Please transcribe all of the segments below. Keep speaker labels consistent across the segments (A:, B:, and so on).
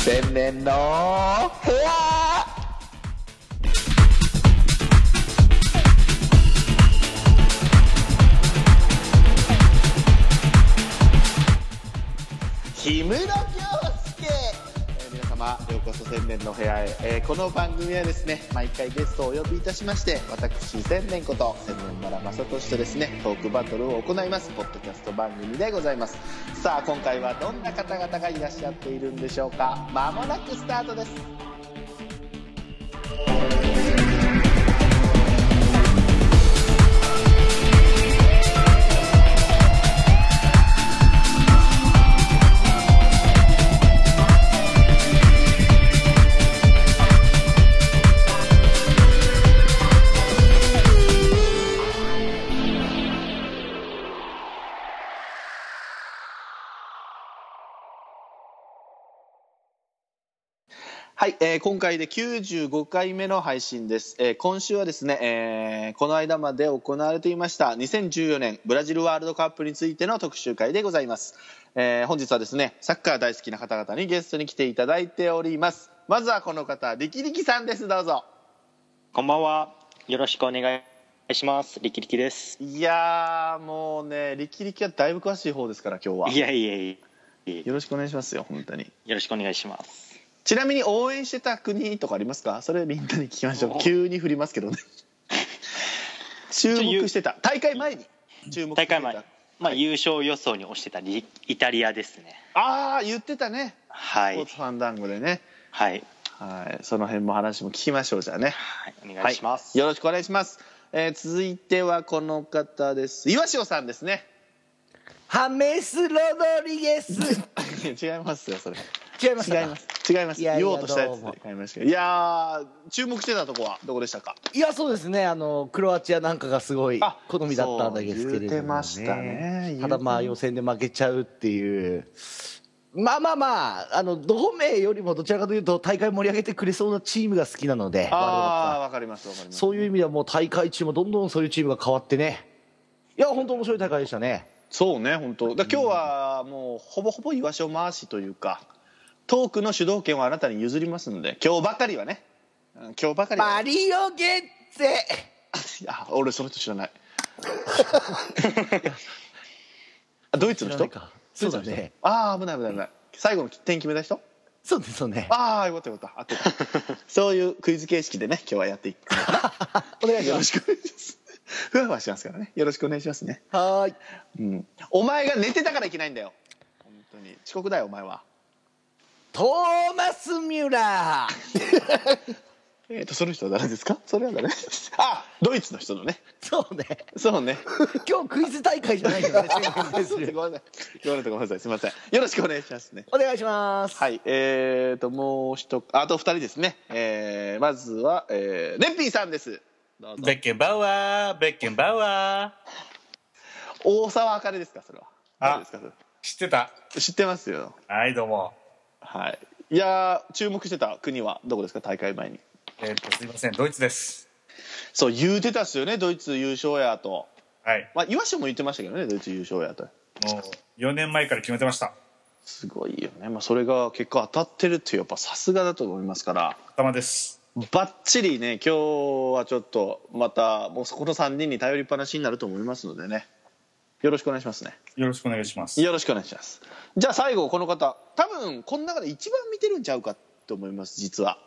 A: 千年の部屋氷室京介、えー皆様ようこそ千年の部屋へ、えーこの番組はですね毎回ゲストをお呼びいたしまして私千年こと千年村正俊とですねトークバトルを行いますポッドキャスト番組でございますさあ今回はどんな方々がいらっしゃっているんでしょうかまもなくスタートですはい、えー今回で95回目の配信です。えー今週はですね、えーこの間まで行われていました2014年ブラジルワールドカップについての特集会でございます。えー本日はですね、サッカー大好きな方々にゲストに来ていただいております。まずはこの方、リキリキさんです。どうぞ。
B: こんばんは。よろしくお願いします。力力です。
A: いやー、もうね、リキリキはだいぶ詳しい方ですから、今日は。
B: いやいやいや。
A: よろしくお願いしますよ、本当に。
B: よろしくお願いします。
A: ちなみに応援してた国とかありますかそれみんなに聞きましょう
B: お
A: 急に振ります けどね注目してた大会前に注目して
B: 大
A: た
B: 会前、まあ優勝予想に推してたリイタリアですね。
A: ああ言ってたね
B: は
A: スポー
B: い
A: ツ。ファンダンゴでね
B: はい。
A: はいその辺も話も聞きましょうじゃあね
B: はい、お願いします。
A: はいよろしくお願いします、えー続いてはこの方です岩塩さんですね
C: ハメス・ロドリゲス
A: 違いますよそれ
C: 違いまし
A: 違
C: た
A: います違います
C: いやいや
A: 言おうとしたやつ
C: どう
A: で
C: も
A: 買いましたけどいやー注目してたとこはどこでしたか
C: いやそうですねあのクロアチアなんかがすごい
A: あ
C: 好みだったんですけれども、ね、
A: そう言うてましたね
C: ただまあ予選で負けちゃうっていうまあまあまああの同盟よりもどちらかというと大会盛り上げてくれそうなチームが好きなので
A: ああわかりますわかります
C: そういう意味ではもう大会中もどんどんそういうチームが変わってねいや本当面白い大会でしたね
A: そうね本当だから今日はもうほぼほぼイワシを回しというかトークの主導権はあなたに譲りますので今日ばかりはねうん今日ばかりは
C: マリオ・ゲッツェ
A: あ俺その人知らない あドイツの
C: 知らな
A: 人
C: いかそうだね
A: ドイツの人ああ危ない危ない危ない最後の点決めた人
C: そうですよね
A: ああよかったよかった合ってた そういうクイズ形式でね今日はやっていく
C: お願いし
A: よ
C: ま
A: ろ
C: す
A: しくお願いしますふわふわしますからねよろしくお願いしますね
C: はーい
A: うんお前が寝てたからいけないんだよ本当に遅刻だよお前は
C: トーマス・ミュラー
A: えっ、と、その人は誰ですかそれは誰あ、ドイツの人のね。
C: そうね。
A: そう ね。
C: 今日クイズ大会じゃないの ね。
A: そうですごめんなさい。言われたごめんなさい。すみません。よろしくお願いしますね。
C: お願いします。。
A: はいい。えーと、もう一、あと二人ですね。えー、まずは、えー、レッピーさんです。どうぞ
D: ベ。ッケンバウアー、ベッケンバウアー。
A: 大沢あかねですかそれは。
D: あ
A: 誰ですかそれ
D: 知ってた。
A: 知ってますよ。
D: はい、どうも。
A: はい。いやー、注目してた国はどこですか大会前に。
D: えーっと、すいません、ドイツです。
A: そう、言うてたっすよね。ドイツ優勝やと。
D: はい。
A: まあ、岩下も言ってましたけどね、ドイツ優勝やと。
D: もう、4年前から決めてました。
A: すごいよね、まあ、それが結果当たってるっていうやっぱさすがだと思いますから
D: 頭です。
A: ばっちりね今日はちょっとまたもうそこの3人に頼りっぱなしになると思いますのでねよろしくお願いしますね
D: よろしくお願いします。
A: よろしくお願いしますじゃあ最後この方多分この中で一番見てるんちゃうかと思います実は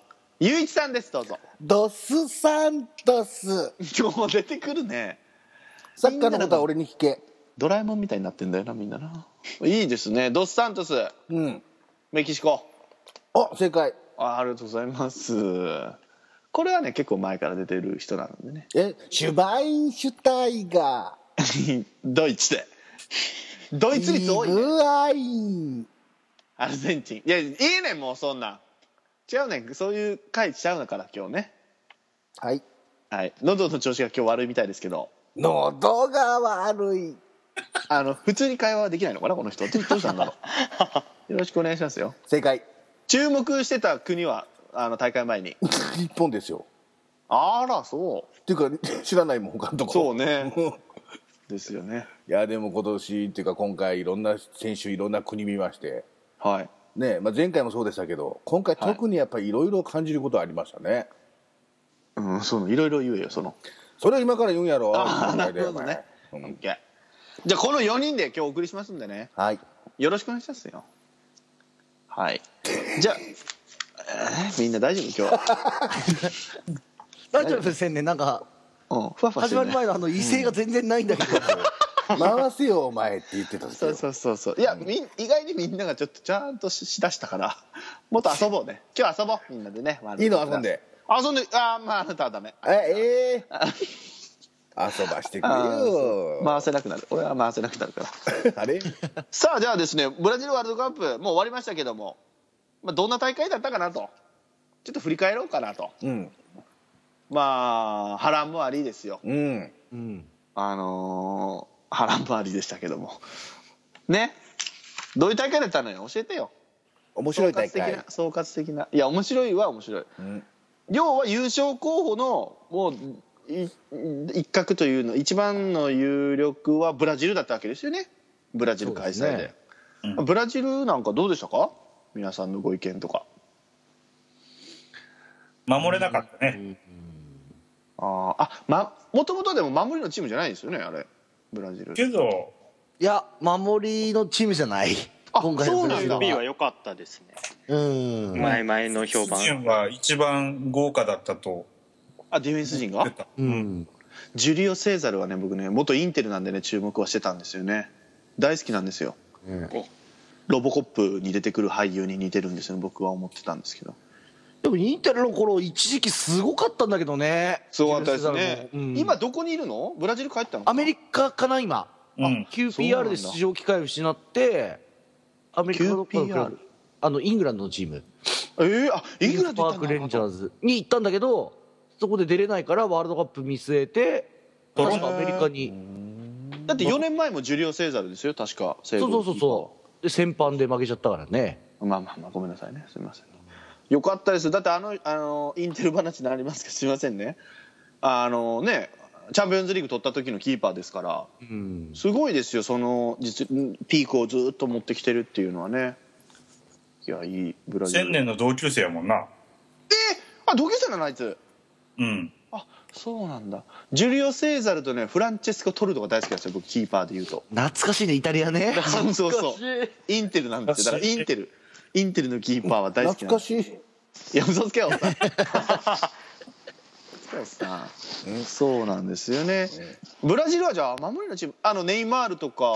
A: ゆういちさんです どうぞ
E: ドスサントス
A: 今日出てくるね
E: サッカーのことは俺に聞け
A: ドラえもんみたいになってんだよなみんなないいですねドスサントス
E: うん
A: メキシコ
E: お正解
A: あありがとうございますこれはね結構前から出てる人なんでね
E: えシュバインシュタイガ
A: ドイツで。ド
E: ー
A: イツ率多い
E: イ
A: ね。
E: グアイン
A: アルゼンチン。いや、いいねん、もうそんなん。違うねん。そういう回しちゃうんだから、今日ね。
E: はい
A: はい。喉の調子が今日悪いみたいですけど。
E: 喉が悪い
A: あの、普通に会話はできないのかな、この 人。どうどうしたんだろう。よろしくお願いしますよ。
E: 正解
A: 注目してた国はあの大会前に
F: 日本ですよ
A: あらそ
F: っていうか知らないもん他のと
A: う
F: こ
A: そうねですよね
F: いやでも今年っていうか今回いろんな選手いろんな国見まして
A: はい
F: ねまあ、前回もそうでしたけど今回特にやっぱりいろいろ感じることありましたね、
A: うんそのいろいろ言うよその
F: それを今から言うんやろ
A: ああな
F: 考えて
A: るほどね
F: お前うん
A: OK じゃあこの4人で今日お送りしますんでね
F: はい
A: よろしくお願いしますよはいじゃあ、えーみんな大丈夫今日は、
C: 大丈夫ですねなんか
A: うん、ふわふわして
C: 始
A: る
C: ま
A: ね
C: る前のあの威勢が全然ないんだけど、
F: 回せよお前って言ってたんで す
A: そう
F: よ
A: そうそうそういやみん意外にみんながちょっとちゃんとししだしたからもっと遊ぼうね 今日遊ぼうみんなでね
F: いいの遊んで
A: 遊んであーまああなたはダメ
F: ええー、遊ばしてくれ
A: あーそう
F: よ
A: 回せなくなる俺は回せなくなるから
F: あれ
A: さあじゃあですねブラジルワールドカップもう終わりましたけども、まあ、どんな大会だったかなとちょっと振り返ろうかなと
F: うん
A: まあ波乱もありですよ
F: うん
C: うん、
A: あのー、波乱もありでしたけどもねどういう大会だったのよ教えてよ
F: 面白い大
A: 総括的
F: 会
A: な総括的ないや面白いは面白い
F: うん
A: 要は優勝候補のもうい一角というの一番の有力はブラジルだったわけですよねブラジル開催
C: そう
A: で
C: です
A: ブラジルなんかどうでしたか皆さんのご意見とか
D: 守れなかったね。
A: あーあまもともとでも守りのチームじゃないですよねあれブラジル
D: けど、
C: いや守りのチームじゃない
A: あ
C: 今回のブラジ
A: そうなん
C: ル
A: だ
B: B は
C: は
B: 良かったですね。
C: うん
B: 前々の評判。
D: 陣は一番豪華だったと
A: あディフェンス陣
D: 言っ
A: が
D: てた。
C: うん
A: ジュリオ・セーザルはね僕ね元インテルなんでね注目はしてたんですよね大好きなんですよ、
B: お
A: ロボコップに出てくる俳優に似てるんですよね僕は思ってたんですけど
C: でもインテルの頃一時期すごかったんだけどね
A: すごかったですね、
C: うん
A: 今どこにいるのブラジル帰ったの
C: アメリカかな今、
D: うん。
C: QPR で出場機会を失ってアメリカの
A: QPR
C: あのイングランドのチーム
A: えー、あイングランド行
C: パ
A: ったん
C: ーク
A: だ
C: レンジャーズに行ったんだけどそこで出れないからワールドカップ見据えて
D: トロ
C: 確かアメリカに
A: だって4年前もジュリオ・セーザルですよ確かそう
C: そうそうそうそうで先般で負けちゃったからね
A: まあまあまあごめんなさいねすみませんよかったですだってあのあのインテル話になりますけどすみませんねあのねチャンピオンズリーグ取った時のキーパーですから
C: うん
A: すごいですよその実ピークをずっと持ってきてるっていうのはねいやいいブラジル
D: 千年の同級生やもんな。
A: あ同級生なのあいつ
D: うん。
A: あそうなんだジュリオ・セーザルとねフランチェスコ・トルドが大好きなんですよ僕キーパーで言うと
C: 懐かしいねイタリアね
A: そうそうそうインテルなんですよだからインテルインテルのキーパーは大好き
F: 懐
A: なん
F: か
A: です
F: し
A: い
F: い
A: や嘘つけ よおっさん嘘つけよおっさんそうなんですよねブラジルはじゃあ守りのチームあのネイマールとか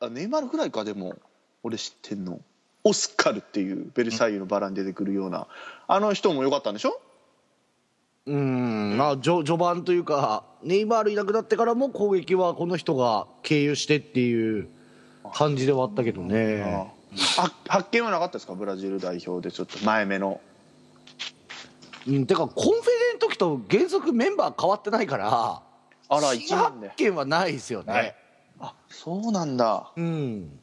A: あネイマールぐらいかでも俺知ってんのオスカルっていうベルサイユのバラに出てくるようなあの人も良かったんでしょ
C: うんまあ序序盤というかネイマールいなくなってからも攻撃はこの人が経由してっていう感じではあったけどね
A: あ発見はなかったですかブラジル代表でちょっと前目の
C: うんてかコンフェデの時と原則メンバー変わってないから
A: あら一
C: 新
A: 番
C: 発
A: で
C: 見はないですよね、
D: はい
A: あそうなんだ
C: うん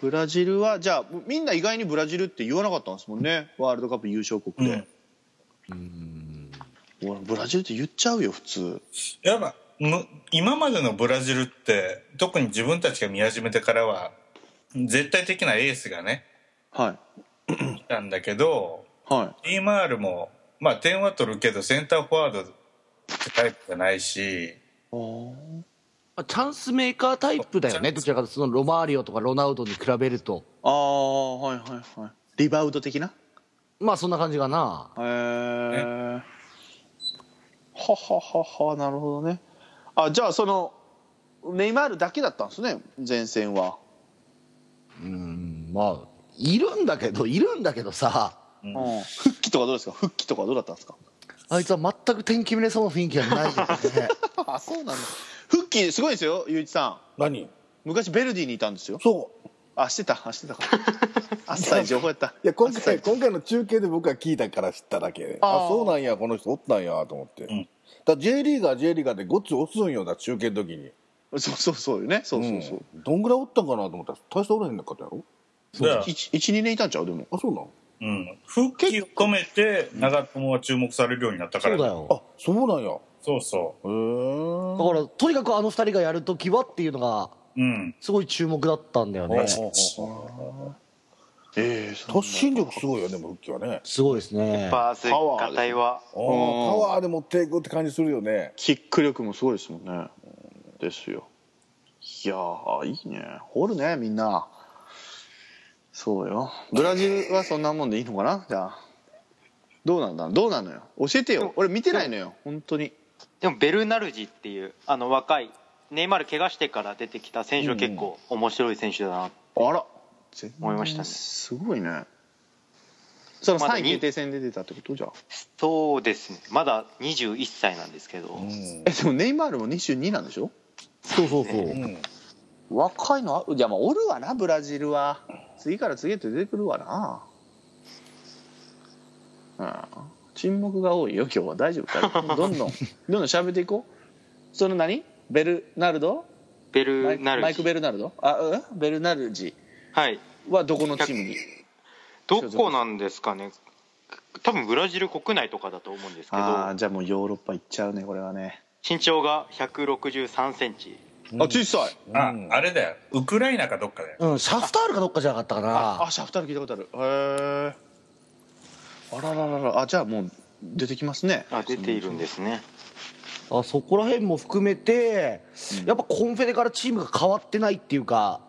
A: ブラジルはじゃあみんな意外にブラジルって言わなかったんですもんねワールドカップ優勝国で、ほらブラジルって言っちゃうよ普通
D: やっぱ、む今までのブラジルって、特に自分たちが見始めてからは、絶対的なエースがね、
A: はい
D: いたんだけど、
A: は
D: ネイマールも、まあ点は取るけど、センターフォワードってタイプじゃないし、
C: まあチャンスメーカータイプだよねどちらかというとそのロマーリオとかロナウドに比べると
A: いああはいはいはいリバウンド的な
C: まあそんな感じかな
A: へえははははなるほどねあじゃあそのネイマールだけだったんですね前線は
C: うんまあいるんだけどいるんだけどさ
A: うん復帰とかどうですか復帰とかどうだったんですか
C: あいつは全く点決めれそうな雰囲気がないです ね
A: あそうなんだ復帰すごいですよゆういちさ
F: 何
A: ん昔ベルディにいたんですよ
F: そう
A: あしてたあして たかあっさり情報やった
F: いや今回今回の中継で僕は聞いたから知っただけ
A: あー
F: あそうなんやこの人おったんやと思って、だ
D: ん
F: から J リーガー J リーガーでごっつ押すんよだ中継の時に
A: そうそうそうよねそうそうそう、
F: うんどんぐらいおったんかなと思ったら大しておらへんかったやろ
D: じゃあ
A: 一一12年いたんちゃうでも
F: あそうなん
D: うん、復帰を込めて長友は注目されるようになったか
C: そ
D: ら
C: うだ
D: ね
C: よ
F: あそうなんや
D: そうそ
F: へー
C: だからとにかくあの二人がやるときはっていうのが
D: ううん
C: すごい注目だったんだよ
F: ほう
C: ね
F: ほうほう
A: ええそんな
F: 突進力すごいよねもう復帰はね
C: すごいですね
B: バーズガタイは
F: あーパワーで持っていくって感じするよね
A: キック力もすごいですもんねですよいやーいいね掘るねみんなそうよブラジルはそんなもんでいいのかなじゃあどうなんだどうなのよ教えてよ俺見てないのよ本当に
B: でもベルナルジっていうあの若いネイマール怪我してから出てきた選手は結構面白い選手だな、
A: あら全然
B: 思いましたね
A: すごいねその
B: まだ
A: 3位決定戦で出たってことじゃあ
B: そうですねまだ21歳なんですけど、
A: えでもネイマールも22なんでしょ
C: そうそうそう
F: うん
A: 若いのあいやまあおるわなブラジルは次から次へと出てくるわなうん沈黙が多いよ今日は大丈夫か などんどんどんどん喋っていこうその何ベルナルド
B: ベ
A: マイ
B: ル
A: ク
B: ナルジ
A: マイク・ベルナルドあうんベルナルジ
B: はい
A: はどこのチームに
B: どこなんですかね多分ブラジル国内とかだと思うんですけ
A: ああ
B: ど
A: じゃあもうヨーロッパ行っちゃうねこれはね、
B: 身長が1 6 3センチ
A: あ小さい
D: ああれだよウクライナかどっかだよ
C: うん、シャフタールかどっかじゃなかったか
A: あ
C: な
A: シャフタール聞いたことあるへえあららららあじゃあもう出てきますね
B: あ出ているんですね
C: あそこら辺も含めて、やっぱコンフェデからチームが変わってないっていうか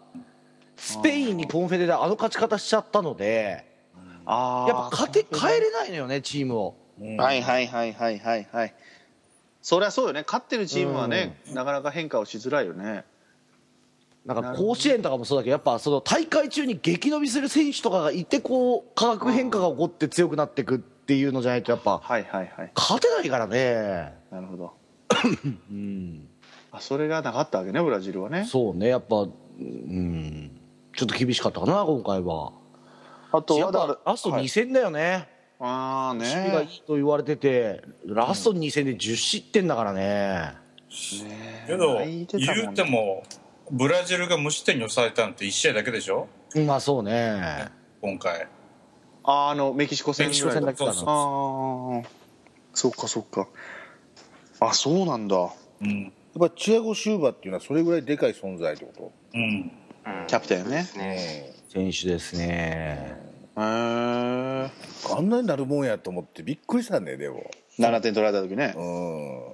C: スペインにコンフェデであの勝ち方しちゃったので
A: ああ
C: やっぱ勝て変えれないのよねチームを
A: はいはいはいはいはいはいそりゃそうよね勝ってるチームはね、なかなか変化をしづらいよね
C: なんか甲子園とかもそうだけどやっぱその大会中に激伸びする選手とかがいてこう化学変化が起こって強くなっていくっていうのじゃないとやっぱ
A: はいはいはい
C: 勝てないからね
A: なるほどあそれがなかったわけねブラジルはね
C: そうねやっぱうんちょっと厳しかったかな今回は
A: あと
C: やっ
A: はだ
C: ぱラスト2戦だよね、
A: ああね
C: 守備がいいと言われててラスト2戦で10失点だからね、
D: けど
A: 泣いてたもんね
D: 言うてもブラジルが無失点に抑えたのって1試合だけでしょ
C: まあそうね
D: 今回
A: あーあのメキシコ戦
D: メキシ
A: ぐ
D: コ
A: らい
D: 戦
A: だ
D: だけかな
A: そうそうああそうかそうかあそうなんだ
D: うん
F: やっぱチアゴ・シューバっていうのはそれぐらいでかい存在ってこ
D: うん
A: キャプテンね
B: です
F: と、
B: ね
C: 選手ですね
A: へえ
F: あんなになるもんやと思ってびっくりしたねでも
A: 7点取られた時ね
F: うん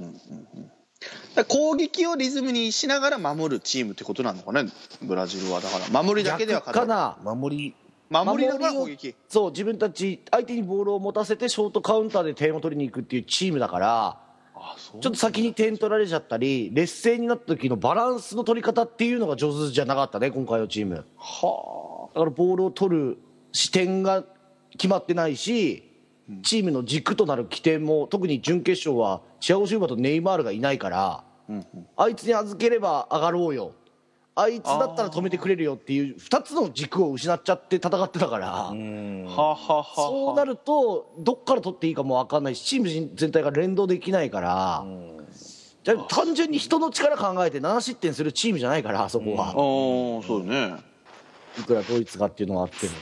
A: だから攻撃をリズムにしながら守るチームってことなのかねブラジルはだから守りだけでは
C: 逆かな
F: 守り
A: 守りながら攻撃
C: そう自分たち相手にボールを持たせてショートカウンターで点を取りに行くっていうチームだから
A: あそう
C: ちょっと先に点取られちゃったり劣勢になった時のバランスの取り方っていうのが上手じゃなかったね今回のチーム
A: は
C: だからボールを取る視点が決まってないし、チームの軸となる起点も特に準決勝はチアゴ・シューバとネイマールがいないから、あいつに預ければ上がろうよあいつだったら止めてくれるよっていう2つの軸を失っちゃって戦ってたから、
A: あはあはあはあ
C: そうなるとどっから取っていいかも分かんないしチーム全体が連動できないから、じゃあ単純に人の力考えて7失点するチームじゃないからあそこは、
A: ああそうね
C: いくらドイツかっていうのはあっても。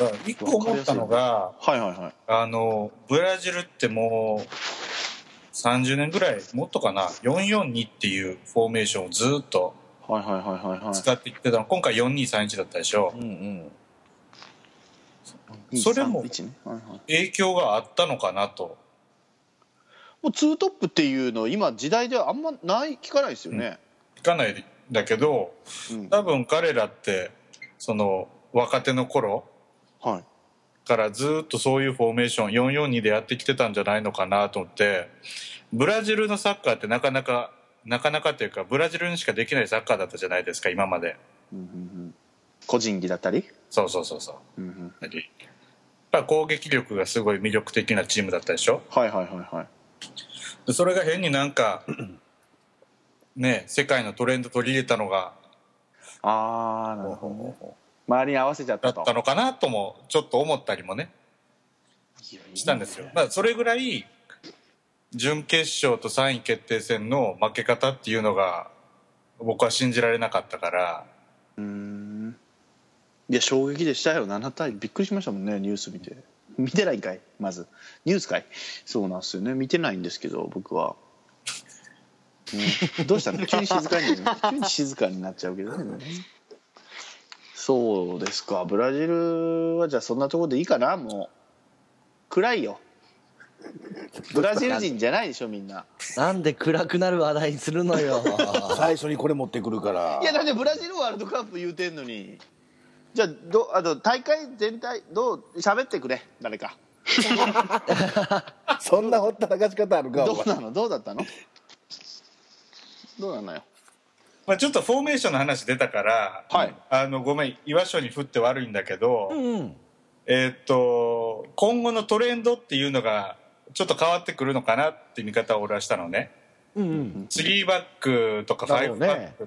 D: だから1個思ったのが
A: はいはいはい
D: あのブラジルってもう30年ぐらいもっとかな442っていうフォーメーションをずっと
A: はいはいはいはいはい
D: 使っていってたの今回4231だったでしょ
F: うんうん
D: それも
A: 231ねはいはい
D: 影響があったのかなと
A: もうツートップっていうの今時代ではあんまない聞かないですよね
D: いかないんだけど
A: うん
D: 多分彼らってその若手の頃
A: はい
D: からずっとそういうフォーメーション442でやってきてたんじゃないのかなと思ってブラジルのサッカーってなかなかなかなかというかブラジルにしかできないサッカーだったじゃないですか今まで
A: 個人技だったり
D: そうそうそうそう
A: うんうん
D: やっぱり攻撃力がすごい魅力的なチームだったでしょ
A: はいはいはいはい
D: でそれが変になんかね世界のトレンド取り入れたのが
A: ああなるほどね周りに合わせちゃっ
D: だ
A: たと
D: ったのかなともちょっと思ったりもねしたんですよ、まあ、それぐらい準決勝と3位決定戦の負け方っていうのが僕は信じられなかったから
A: うーんいや衝撃でしたよ7対びっくりしましたもんねニュース見て見てないんかいまずニュースかいそうなんですよね見てないんですけど僕は、ねどうしたの急に静かに急に静かになっちゃうけどねそうですかブラジルはじゃあそんなところでいいかなもう暗いよブラジル人じゃないでしょみんな
C: なんで暗くなる話題にするのよ
F: 最初にこれ持ってくるから
A: いやだってブラジルワールドカップ言うてんのにじゃあどあと大会全体どう喋ってくれ誰か
E: そんなほったらかし方あるか
A: ど
E: お
A: うなのどうだったのどうなのよ
D: まあ、ちょっとフォーメーションの話出たから、
A: はい
D: あのごめん岩所に降って悪いんだけど、
C: うん
D: えーっと今後のトレンドっていうのがちょっと変わってくるのかなって見方を俺はしたのね
C: うんうん
D: 3バックとか
C: だろう
D: 5
C: ね
D: バックっ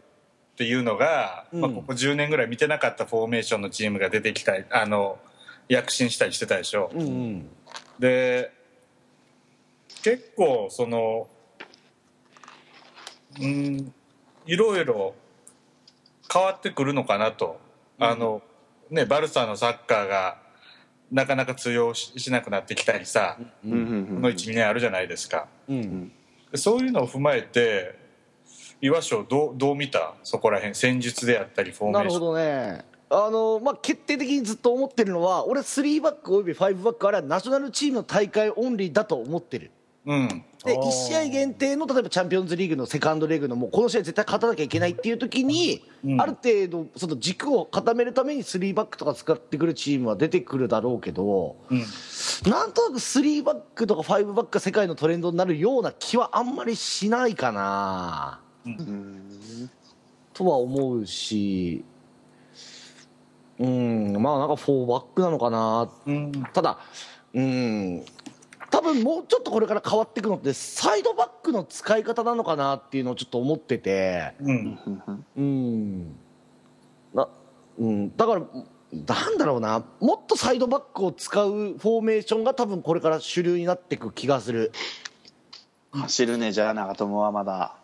D: ていうのが
C: うん
D: まあ、ここ10年ぐらい見てなかったフォーメーションのチームが出てきたりあの躍進したりしてたでしょ、
C: うんうん
D: で結構そのうんいろいろ変わってくるのかなと、あのねバルサのサッカーがなかなか通用ししなくなってきたりさ、この12年あるじゃないですか
C: うん
D: でそういうのを踏まえて岩所どうどう見たそこら辺戦術であったりフォー
C: な
D: メー
C: る
D: シ
C: ほ
D: ョン
C: どねあのまあ、決定的にずっと思ってるのは俺3バックおよび5バックあれはナショナルチームの大会オンリーだと思ってる
D: うん
C: で1試合限定の例えばチャンピオンズリーグのセカンドレグのもうこの試合絶対勝たなきゃいけないっていう時に、
D: うん
C: ある程度その軸を固めるために3バックとか使ってくるチームは出てくるだろうけど
D: うん
C: なんとなく3バックとか5バックが世界のトレンドになるような気はあんまりしないかな、とは思うしうんまあなんか4バックなのかな
D: うん
C: ただうん多分もうちょっとこれから変わっていくのってサイドバックの使い方なのかなっていうのをちょっと思ってて
D: うん
C: うんな、うん、だからなんだろうなもっとサイドバックを使うフォーメーションが多分これから主流になっていく気がする
A: 走るねじゃあ長友はまだ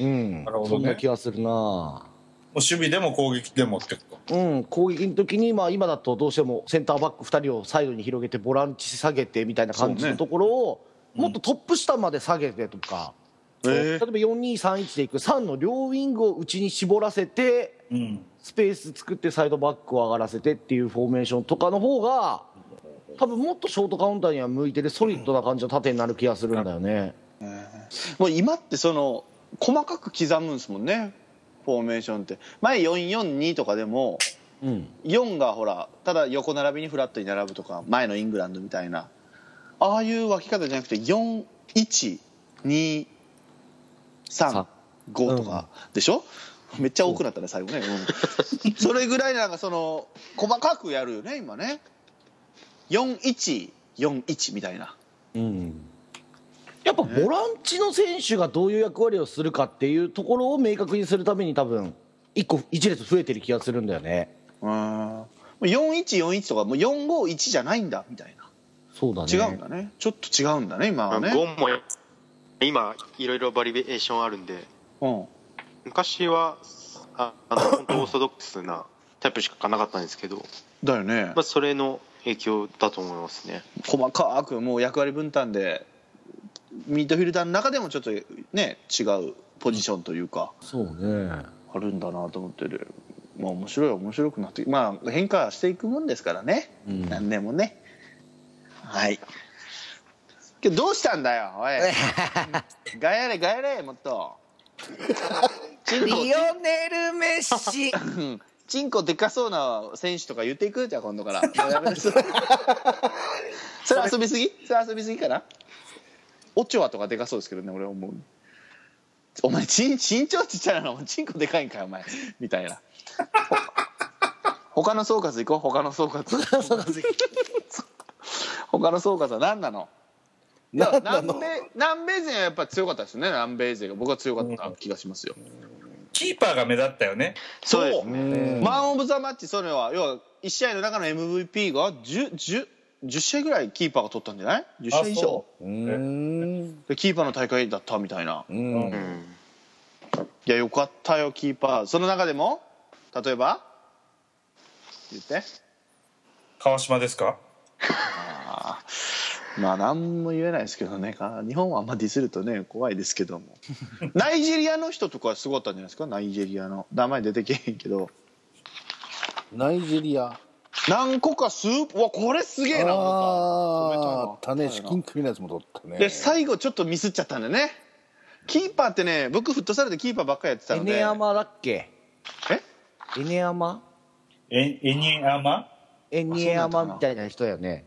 C: うん
D: なるほどね
C: そんな気がするな
D: もう守備でも攻撃でもってこと
C: うん、攻撃の時に、まあ、今だとどうしてもセンターバック2人をサイドに広げてボランチ下げてみたいな感じ
A: そう
C: の
A: ね
C: ところを、もっとトップ下まで下げてとか、例えば4231でいく3の両ウィングを内に絞らせて
D: うん
C: スペース作ってサイドバックを上がらせてっていうフォーメーションとかの方が多分もっとショートカウンターには向いてるソリッドな感じの縦になる気がするんだよね。
A: もう今ってその細かく刻むんですもんねフォーメーションって前442とかでも
C: うん、
A: 4がほらただ横並びにフラットに並ぶとか前のイングランドみたいなああいう分け方じゃなくて4123五とかでしょ、めっちゃ多くなったね最後ね、うんそれぐらいなんかその細かくやるよね今ね4141みたいな
C: うんやっぱボランチの選手がどういう役割をするかっていうところを明確にするために多分一個一列増えてる気がするんだよね
A: うんもう4141とかもう451じゃないんだみたいな
C: そうだね
A: 違うんだねちょっと違うんだね今はね、
B: ゴンも今いろいろバリエーションあるんで
A: うん、
B: 昔はああの本当オーソドックスなタイプしかなかったんですけど、
A: だよね
B: まあ、それの影響だと思いますね
A: 細かくもう役割分担でミッドフィルダーの中でもちょっとね違うポジションというか
C: そうね
A: あるんだなと思ってるまあ面白い面白くなってまあ変化していくもんですからね、
C: うん
A: 何でもねはいけどどうしたんだよおいガヤれガヤれもっと
C: リオネル・メッシ
A: うんチンコでかそうな選手とか言っていくじゃあ今 度からもうやめなさいそれ遊びすぎそれ遊びすぎかなオチョアとかでかそうですけどね俺は思うお前ちん身長ちっちゃいなお前チンコでかいんかよお前みたいな他の総括行こう他の総括他の総括は何なのいや南米南米勢はやっぱ強かったですね南米勢が僕は強かった気がしますよ、
D: キーパーが目立ったよね
B: そうですね
A: マン・オブ・ザ・マッチそれは要は1試合の中の MVP が 10, 10, 10試合ぐらいキーパーが取ったんじゃない10試合以
D: あ
A: 上
D: そう
F: うーん
A: でキーパーの大会だったみたいな
F: うん
B: うん
A: いやよかったよキーパーその中でも例えば言って
D: 川島ですか
A: まあ何も言えないですけどねか日本はあんまディスるとね怖いですけどもナイジェリアの人とかはすごかったんじゃないですかナイジェリアの名前出てけへんけど
F: ナイジェリア
A: 何個かスープうわこれすげえな
F: あ
A: 思
F: あ
A: った
F: たね資金組のやつも取ったね
A: で最後ちょっとミスっちゃったんだねキーパーってね僕フットサルでキーパーばっかりやってた
C: エ
A: ので
C: ネアマだっけ
A: え
C: エネアマ
D: えエニアマ
C: エネアマみたいな人やね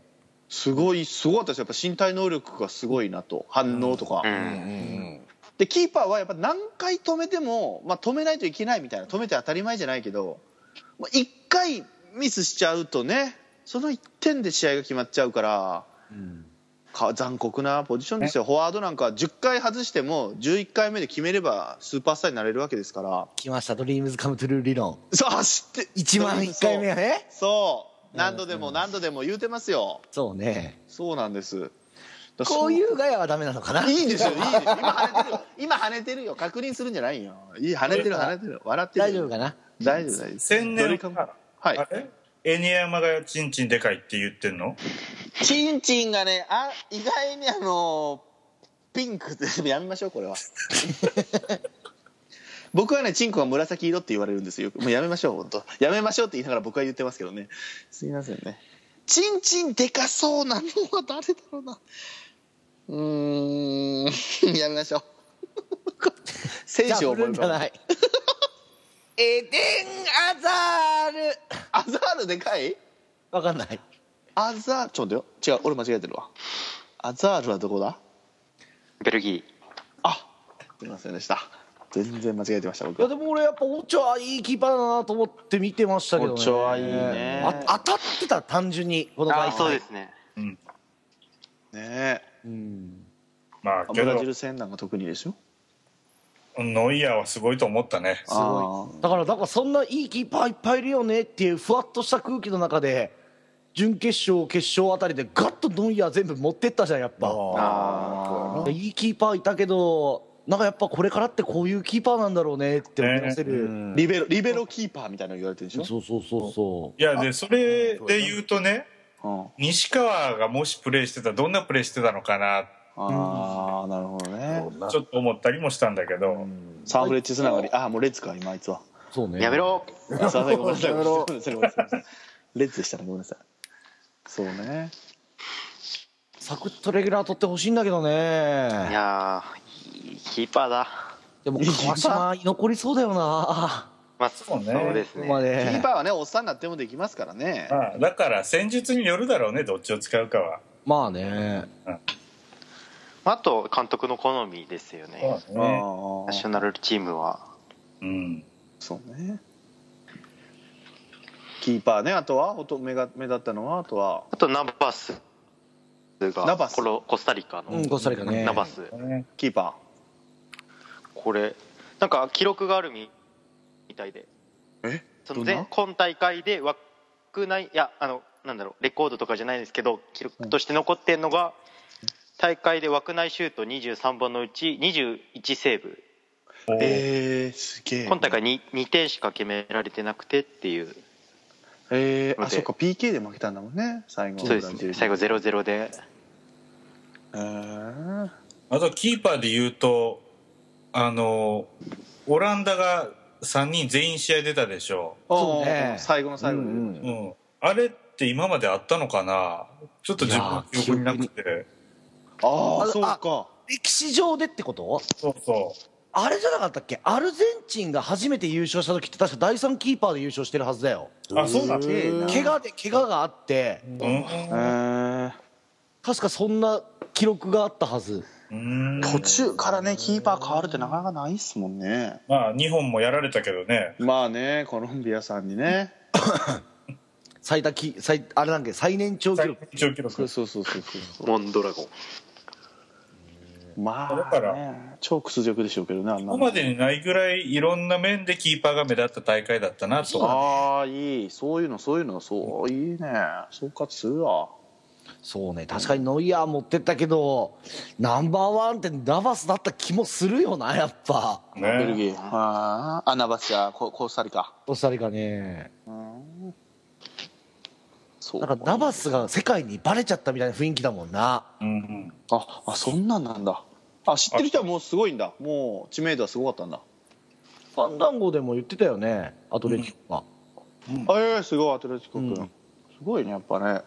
A: すごいすごかったですやっぱ身体能力がすごいなと反応とか、
B: うん
A: でキーパーはやっぱ何回止めても、まあ、止めないといけないみたいな止めて当たり前じゃないけど、まあ、1回ミスしちゃうとねその1点で試合が決まっちゃうから、か残酷なポジションですよフォワードなんか10回外しても11回目で決めればスーパースターになれるわけですから
C: 来ましたドリームズカムトゥルー理論
A: そう知って
C: 1万1回目やね
A: そう何度でも何度でも言うてますよ
C: そうね
A: そうなんですだから
C: こういうガヤはダメなのかない
A: いですよいいですよ今跳ねてるよ 今跳ねてるよ確認するんじゃないよいい跳ねてる跳ねてる笑ってる
C: 大丈夫かな
A: 大丈夫大丈夫
D: 千
A: ド
D: 年
A: リカムはい
D: あれエニアマがチンチンでかいって言ってんの
A: チンチンがねあ意外にあのピンクでやめましょうこれは 僕はねチンコが紫色って言われるんですよもうやめましょう本当やめましょうって言いながら僕は言ってますけどねすいませんねチンチンでかそうなのは誰だろうなうーんやめまし ょう選
C: じゃあ
A: 手を覚え
C: 振るん
A: る
C: じゃないエデン・アザール
A: アザールでかい
C: わかんない
A: アザールちょっと待ってよ違う俺間違えてるわアザールはどこだ
B: ベルギ
A: あすいませんでした全然間違えてました
C: い
A: 僕
C: やでも俺やっぱオチョはいいキーパーだなと思って見てましたけどね
A: オチョはいいね
C: あ当たってた単純にこの
B: ー
C: 場合
B: あそうですね
A: ね
C: うん
D: まあ
A: え
D: け
A: ブラ
D: ど
A: ジル戦なんか特にでしょ
D: ノイアーはすごいと思ったね
C: すごいだからだからそんないいキーパーいっぱいいるよねっていうふわっとした空気の中で準決勝決勝あたりでガッとノイアー全部持ってったじゃんやっぱ
A: あ
C: いやいいキーパーいたけどなんかやっぱこれからってこういうキーパーなんだろうねって思わせる、
A: ーリベロリベロキーパーみたいなの言われてるでしょ、
C: そうそうそうそ
D: いやでそれで言うとね
A: うん、
D: 西川がもしプレーしてたらどんなプレーしてたのかな
A: ああなるほどね
D: ちょっと思ったりもしたんだけど
A: サンフレッチェつながりああもうレッツか今あいつは
C: うそうね
B: やめろ
A: すいませんごめん なさい
F: やめ
A: ご
F: ろ
A: めんなさいごめんなさいごめんなさいレッツでしたねごめんなさいそうね
C: サクッとレギュラー取ってほしいんだけど
B: い
C: ね
B: やーいいキーパーだ
C: でも川島居残りそうだよな
B: まあそう
D: ね
B: です
C: こ
B: ね
C: こま
A: キー
C: で
A: パーはねおっさんになってもできますからね
D: まあだから戦術によるだろうねどっちを使うかは
C: まあね
B: あと監督の好みですよね
D: そう
A: あ
D: ね
B: ナショ
A: あ
B: ナルチームは
D: うん
A: そうねキーパーねあとはおと目が目立ったのはあとは
B: あとナバスが
A: ナバス
B: このコスタリカの、
C: うんコスタリカね
B: ナバス
A: キーパ
B: これなんか記録があるみみたいで
A: ーえ
B: その
A: どんな
B: 前今大会で枠内いやあのなんだろうレコードとかじゃないですけど記録として残ってんのが大会で枠内シュート23本のうち21セーブ
A: えー、すげえ
B: 今大会 2, 2点しか決められてなくてっていう
A: えー、あ
B: で
A: そっか PK で負けたんだもんね最後
B: そうですね最後0-0で
A: えー、
D: あとキーパーで言うとあのオランダが3人全員試合出たでしょ
C: そうね
A: 最後の最後で、
F: うん
D: うん、あれって今まであったのかなちょっと自分の記憶になくて
A: あ
C: あ
A: あそう
C: あ
A: か
C: 歴史上でってこと
D: そうそ
C: あれじゃなかったっけアルゼンチンが初めて優勝した時って確か第3キーパーで優勝してるはずだよ
D: うあそうなんだ、うん
C: 怪我で怪我があって
A: えー、
C: 確かそんな記録があったはず
D: うん
A: 途中からねキーパー変わるってなかなかないっすもんね
D: まあ日本もやられたけどね
A: まあねコロンビアさんにね
C: 最多き最あれなんだっけ最年長記
D: 最
C: 録
D: 長
A: そ
D: 記
A: う
D: 録
A: そうそうそうそ
B: モンドラゴン
A: うまあ、ね、
D: だから
A: 超屈辱でしょうけどねあんな
D: こ
A: の
D: こまでにないぐらいいろんな面でキーパーが目立った大会だったなと
A: ああいいそういうのそういうのそういいね総括するわ
C: そうね確かにノイアー持ってったけどナンバーワンってナバスだった気もするよなやっぱ
A: ベルギ
D: ね
A: ーあーあナバスやココスタリカ
C: コスタリカね
A: そう
C: なんかナバスが世界にバレちゃったみたいな雰囲気だもんな
D: うん
A: ああそんなんなんだあ知ってる人はもうすごいんだもう知名度はすごかったんだ、
C: ファンダンゴでも言ってたよねアトレティコが、
A: あええすごいアトレティコ君、
C: うん
A: すごいねやっぱね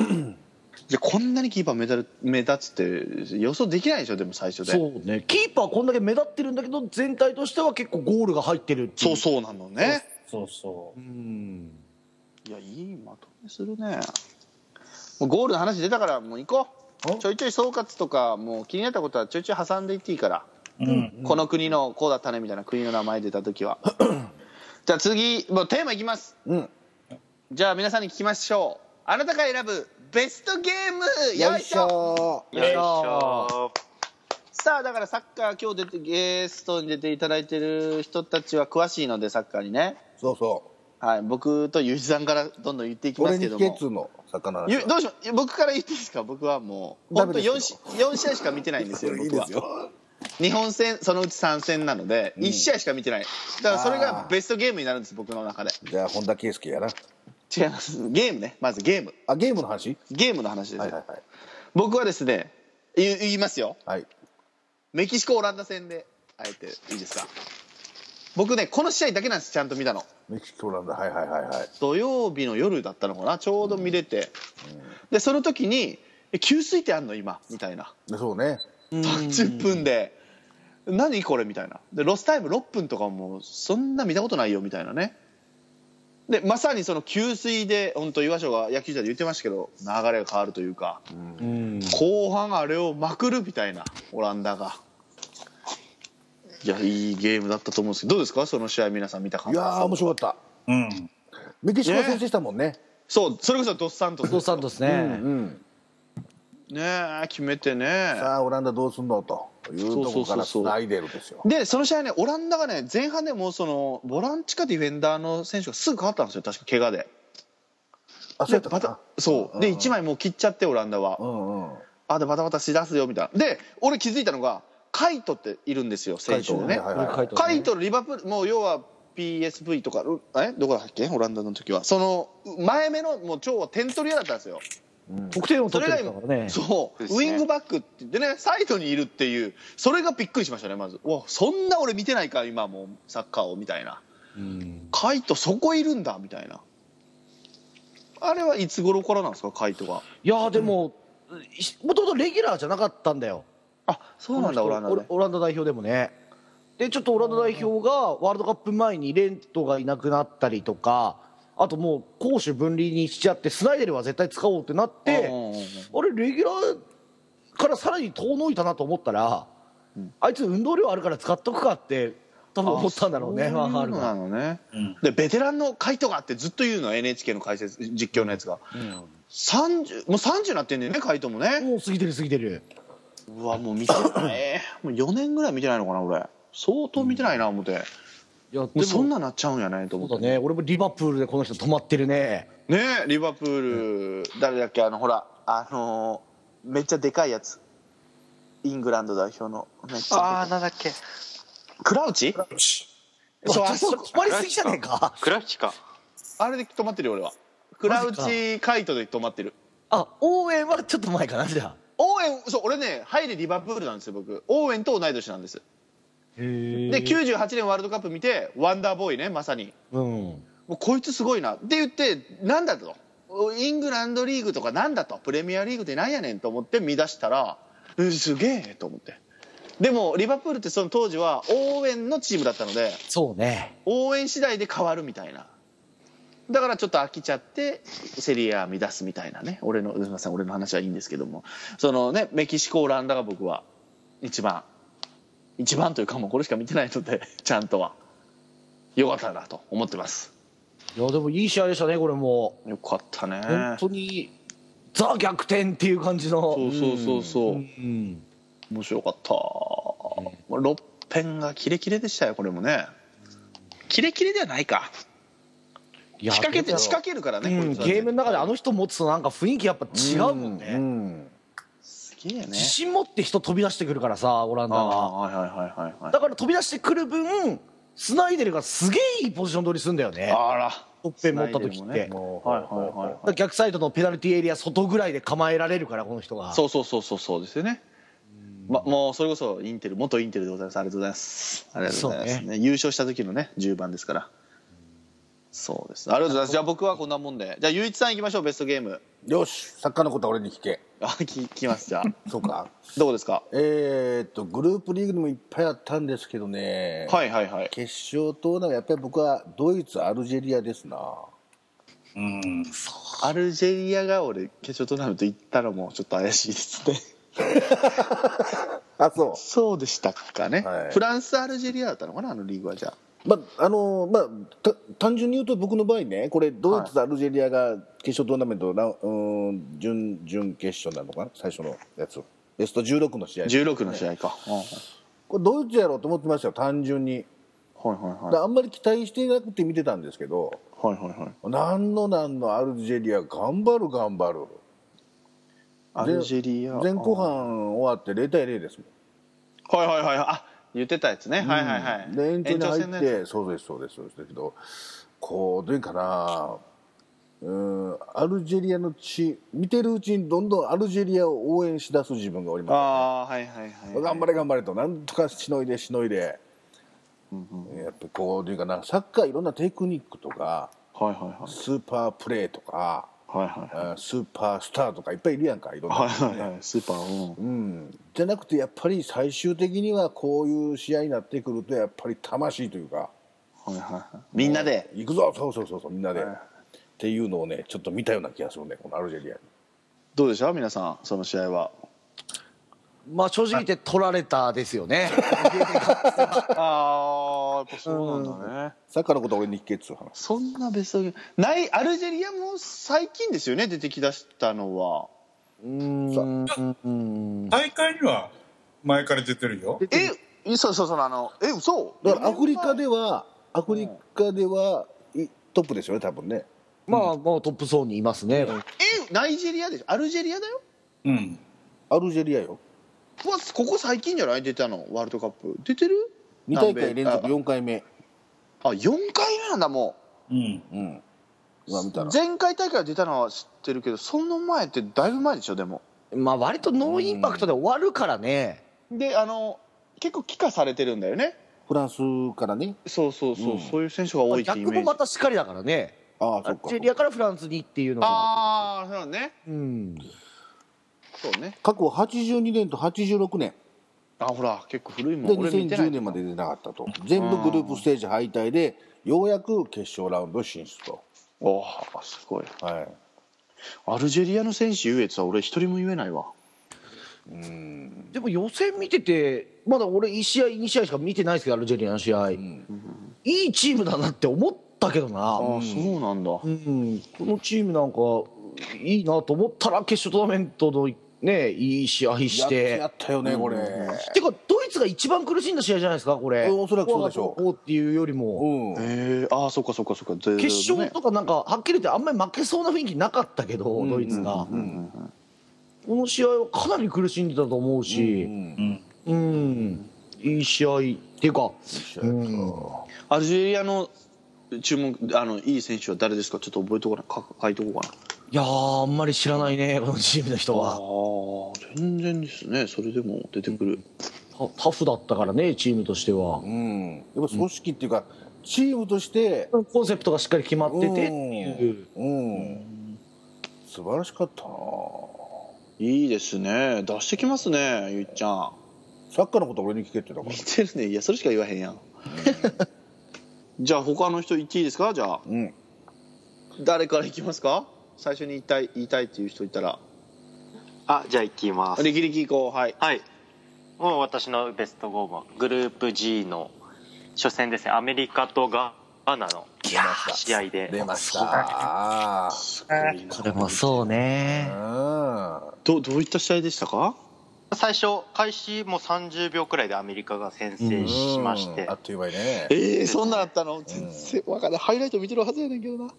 A: いやこんなにキーパー目立つ目立つって予想できないでしょでも最初で
C: そうねキーパーこんだけ目立ってるんだけど全体としては結構ゴールが入ってるってい
A: そううそうなのね
D: そうそう
C: うん
A: いやいいまとめするねもうゴールの話出たからもう行こうちょいちょい総括とかもう気になったことはちょいちょい挟んでいっていいから
D: うん
A: この国のこうだったねみたいな国の名前出た時はじゃあ次もうテーマいきます、
F: うん
A: じゃあ皆さんに聞きましょうあなたが選ぶベストゲームよいしょ
F: ょ
B: よいしょ
A: さあだからサッカー今日出てゲストに出ていただいてる人たちは詳しいのでサッカーにね
F: そうそ
A: はい僕とゆうじさんからどんどん言っていうきま
F: 俺
A: す
F: に
A: け
F: 秘
A: ども
F: 訣の魚の話
A: ゆどうしよう僕から言っていいですか僕はもう
F: ダ
A: 本
F: メ
A: 当
F: ですけ
A: 4
F: ど
A: し四試合しか見てないんですよ
F: いい
A: 僕
F: で
A: は
F: すよ
A: 日本戦そのうち3戦なので1試合しか見てない、だからそれがベストゲームになるんです僕の中で
F: じゃあ本田圭佑やな
A: 違いますゲームねまずゲーム
F: あゲームの話
A: ゲームの話です、
F: はいはいはい
A: 僕はですね言言いますよ
F: はい
A: メキシコオランダ戦であえていいですか僕ねこの試合だけなんですちゃんと見たの
F: メキシコなんだはいはいはいはい
A: 土曜日の夜だったのかなちょうど見れて、でその時に「え給水ってあんの今」みたいな
F: でそうね
A: 30分で「何これ」みたいなでロスタイム6分とかもそんな見たことないよみたいなねでまさにその給水で本当岩所が野球場で言ってましたけど流れが変わるというか、後半あれをまくるみたいなオランダがいやいいゲームだったと思うんですけどどうですかその試合皆さん見た感
F: い
A: じ
F: やー面白かった
D: うん
F: メキシコが先制したもんね
A: そうそれこそドスサントス
C: ドサントスね、
F: うん
A: ねえ決めてね
F: さあオランダどうすんのというとこか
A: そうそう
F: ら
A: そうそう
F: 繋いでるんですよ
A: でその試合ねオランダがね前半でもうそのボランチかディフェンダーの選手がすぐ変わったんですよ確か怪我で
F: あそうやったか
A: バ
F: な
A: タそうで1枚もう切っちゃってオランダは、
F: うんうん
A: あでバタバタしだすよみたいなで俺気づいたのがカイトっているんですよ選手でね
F: はいはいはい
C: これ書いてあ
A: カ
C: るね
A: イトのリバプールもう要は PSV とかうえどこだっけオランダの時はそのう前目のもう超点取り屋だったんですよ
C: 得点を
A: そ
C: 取
A: れが
C: ってる
A: 今
C: からね
A: そう
B: です
A: ウ
B: ね
A: イングバックって言ってねサイドにいるっていうそれがびっくりしましたねまずうわそんな俺見てないか今もうサッカーをみたいなカイトそこいるんだみたいなあれはいつ頃からなんですかカイトが
C: いやーでももともとレギュラーじゃなかったんだよ
A: あそうなんだオランダ
C: オラ
A: で
C: オランダ代表でもねでちょっとオランダ代表がワールドカップ前にレントがいなくなったりとかあともう攻守分離にしちゃってスナイデルは絶対使おうってなって
A: うんうんうん
C: あれレギュラーからさらに遠のいたなと思ったら、あいつ運動量あるから使っとくかって多分思ったんだろうねワンハール
A: な
C: が
A: のね、
D: ん
A: でベテランのカイトがってずっと言うの NHK の解説実況のやつが、30もう30なってんねんねカイトもね
C: もう過ぎてる過ぎてる
A: うわもう見てない もう4年ぐらい見てないのかな俺相当見てないな思って、も
C: いやで
A: うそんななっちゃうんやねと思
C: そ
A: っ
C: う
A: て
C: だね俺もリバプールでこの人止まってるね
A: ねえリバプール、誰だっけあのほらあのーめっちゃでかいやつイングランド代表のめっちゃで
B: あ
A: か
B: あなんだっけ
A: いクラウチ
D: よし
A: そう
C: わ
A: あ
C: ちょっ
A: そ
C: と止まりすぎじゃねえか
B: クラウチか
A: あれで止まってるよ俺はクラウチカイトで止まってる
C: あ応援はちょっと前かなじゃあ
A: オーエンそう俺ね入りリバプールなんですよ僕オーエンと同い年なんですで
C: で
A: 98年ワールドカップ見てワンダーボーイねまさに
C: うん
A: もうこいつすごいなって言ってなんだとイングランドリーグとかなんだとプレミアリーグってなんやねんと思って見出したらうんすげえと思ってでもリバプールってその当時は応援のチームだったので
C: そうね
A: 応援次第で変わるみたいなだからちょっと飽きちゃってセリア乱すみたいなね俺のすみません俺の話はいいんですけどもそのねメキシコオランダが僕は一番一番というかもうこれしか見てないのでちゃんとはよかったなと思ってます
C: いやでもいい試合でしたねこれも
A: よかったね
C: 本当にザ逆転っていう感じの
A: そうそうそうそう、
C: うん
A: 面白かった、まあロッペンがキレキレでしたよこれもねキレキレではないか
C: いや
A: 仕掛けて
C: でも
A: 仕掛けるからね、
C: う
A: こ
C: ん
A: いつはね
C: ゲームの中であの人持つとなんか雰囲気やっぱ違うもんね、
F: うん
A: すげえね
C: 自信持って人飛び出してくるからさオラン
A: あ
C: ダ
A: あ
C: は
A: はいはいはいはいはい
C: だから飛び出してくる分スナイデルがすげえいいポジション取りするんだよね
A: あら
C: トップ持った時って、だか
F: もう
A: はいはいはい
C: ら逆サイドのペナルティーエリア外ぐらいで構えられるからこの人が
A: そうそうそうそうそうですよね。ま、もうそれこそインテル元インテルでございますありがとうございますありがとうございます、
C: そう
A: ね、優勝した時のね10番ですからそうですありがとうございますじゃあ僕はこんなもんでじゃあゆういちさんいきましょうベストゲーム
F: よしサッカーのことは俺に聞け
A: あ聞きますじゃあ
F: そうか
A: どうですか
F: えーっとグループリーグでもいっぱいあったんですけどね、
A: はいはいはい
F: 決勝トーナメントやっぱり僕はドイツアルジェリアですな
D: うん。
A: アルジェリアが俺決勝トーナメント行ったのもちょっと怪しいですね
F: あそう
A: そうでしたかね、
F: はい
A: フランスアルジェリアだったのかなあのリーグはじゃあ
F: まああのまあ、た単純に言うと僕の場合ねこれドイツとアルジェリアが決勝トーナメントラウうーん準準決勝なのかな最初のやつベスト16の試合
A: 16の試合か、うん
F: これドイツやろうと思ってましたよ単純に、
A: はいはい
F: だ
A: は
F: からあんまり期待していなくて見てたんですけど
A: いはいはいはい
F: なんのなんのアルジェリア頑張る頑張る
A: アルジェリア
F: 前後半終わって0対0ですもん
A: はいはいはいあ言ってたやつね、はいはいはい
F: で延長に入
A: 延の
F: っ
A: やつ
F: てそうですそうですそうですだけどこうどういうかなうんアルジェリアの地見てるうちにどんどんアルジェリアを応援しだす自分がおり
A: あ
F: ま
A: あはいはいは
F: す、
A: い、
F: ね、頑張れ頑張れとなんとかしのいでしのいで、やっぱこうどういうかなサッカーいろんなテクニックとか
A: はいはいはい
F: スーパープレーとか、
A: はいはい
F: あースーパースターとかいっぱいいるやんかいろんな、
A: はいはいはいスーパーうん
F: うん、じゃなくてやっぱり最終的にはこういう試合になってくるとやっぱり魂というか
A: はいはいはいみんなで
F: 行くぞそうそうそうそうみんなで、っていうのをねちょっと見たような気がするねこのアルジェリア
A: どうでした皆さんその試合は
C: まあ正直言って取られたですよ ね
A: ああやっぱそうなんだね、
F: サッカーのことは俺に聞けっつう話
A: そんなベストゲームないアルジェリアも最近ですよね出てきだしたのは
D: 大会には前から出てるよ。
A: えそうそうそうあのえ嘘
F: だからアフリカではアフリカではいトップですよね多分ね
C: まあもうトップ層にいます
A: え
C: ね、
A: ナイジェリアでしょアルジェリアだよ
D: うん。
F: アルジェリアよ
A: うわここ最近じゃない出たのワールドカップ出てる
F: 2大会連続4回目
A: あ四4回目なんだも
D: うん。
F: うん今見た
A: う
F: ら
A: 前回大会は出たのは知ってるけどその前ってだいぶ前でしょでも
C: まあ割とノーインパクトで終わるからね、
A: であの結構帰化されてるんだよね
F: フランスからね
A: そうそうそう、
F: うん
A: そういう選手が多いってイ
C: 逆
A: メ
C: も
A: ー
C: ま
A: ジ
C: たしかりだからね
F: ああ
C: ア
F: そ
C: ル
F: っか
C: ジェリアからフランスにっていうのが
A: ああそうね
C: うん
A: そうね
F: 過去82年と86年
A: あほら結構古いも
F: で
A: ん俺見てない
F: 2010年まで出なかったと全部グループステージ敗退でようやく決勝ラウンド進出と
A: おーすごい
F: はい
A: アルジェリアの選手言えってさ俺一人も言えないわ
C: でも予選見ててまだ俺1試合2試合しか見てないですけどアルジェリアの試合、いいチームだなって思ったけどな、
A: あ
C: うん
A: ーそうなんだ、
C: このチームなんかいいなと思ったら決勝トーナメントのねいい試合し
F: やってや
C: て。
F: ったよねこれ
C: てかドイツが一番苦しんだ試合じゃないですかこれ
F: うんおそらくそうでしょう
C: こがどこっていうより
F: うん
C: も
A: えー、ああそっかそっかそっかで
C: 決勝
A: ね
C: とかなんかはっきり言ってあんまり負けそうな雰囲気なかったけどドイツがこの試合はかなり苦しんでたと思うしうんいい試合っていうか
A: アルジェリアの注目あのいい選手は誰ですかちょっと覚えとこうかなか書いとこうかない
C: やーあんまり知らないねこのチームの人
A: ああ
C: は
A: ー全然ですねそれでも出てくる、
C: タタフだったからねチームとしては
F: うん、やっぱ組織っていうか、チームとして、
C: コンセプトがしっかり決まっててっていう
F: うん、素晴らしかったな。
A: いいですね出してきますねゆいちゃん
F: サッカーのこと俺に聞けってだから
A: 似。てるねいやそれしか言わへんやんじゃあ他の人言っていいですかじゃあ
F: うん、
A: 誰からいきますか最初に言いたい言いたいっていう人いたら
B: あじゃあ行きます
A: 力力いこうはい
B: はいもう私のベスト5はグループ G の初戦ですねアメリカとガーナの試合で
F: 出ました。
C: これもそうね
F: あ
A: どどういった試合でしたか
B: 最初開始もう30秒くらいでアメリカが先制しまして、
F: あっという間にね。
A: えー、そんなんあったの全然わかんないハイライト見てるはずやねんけどな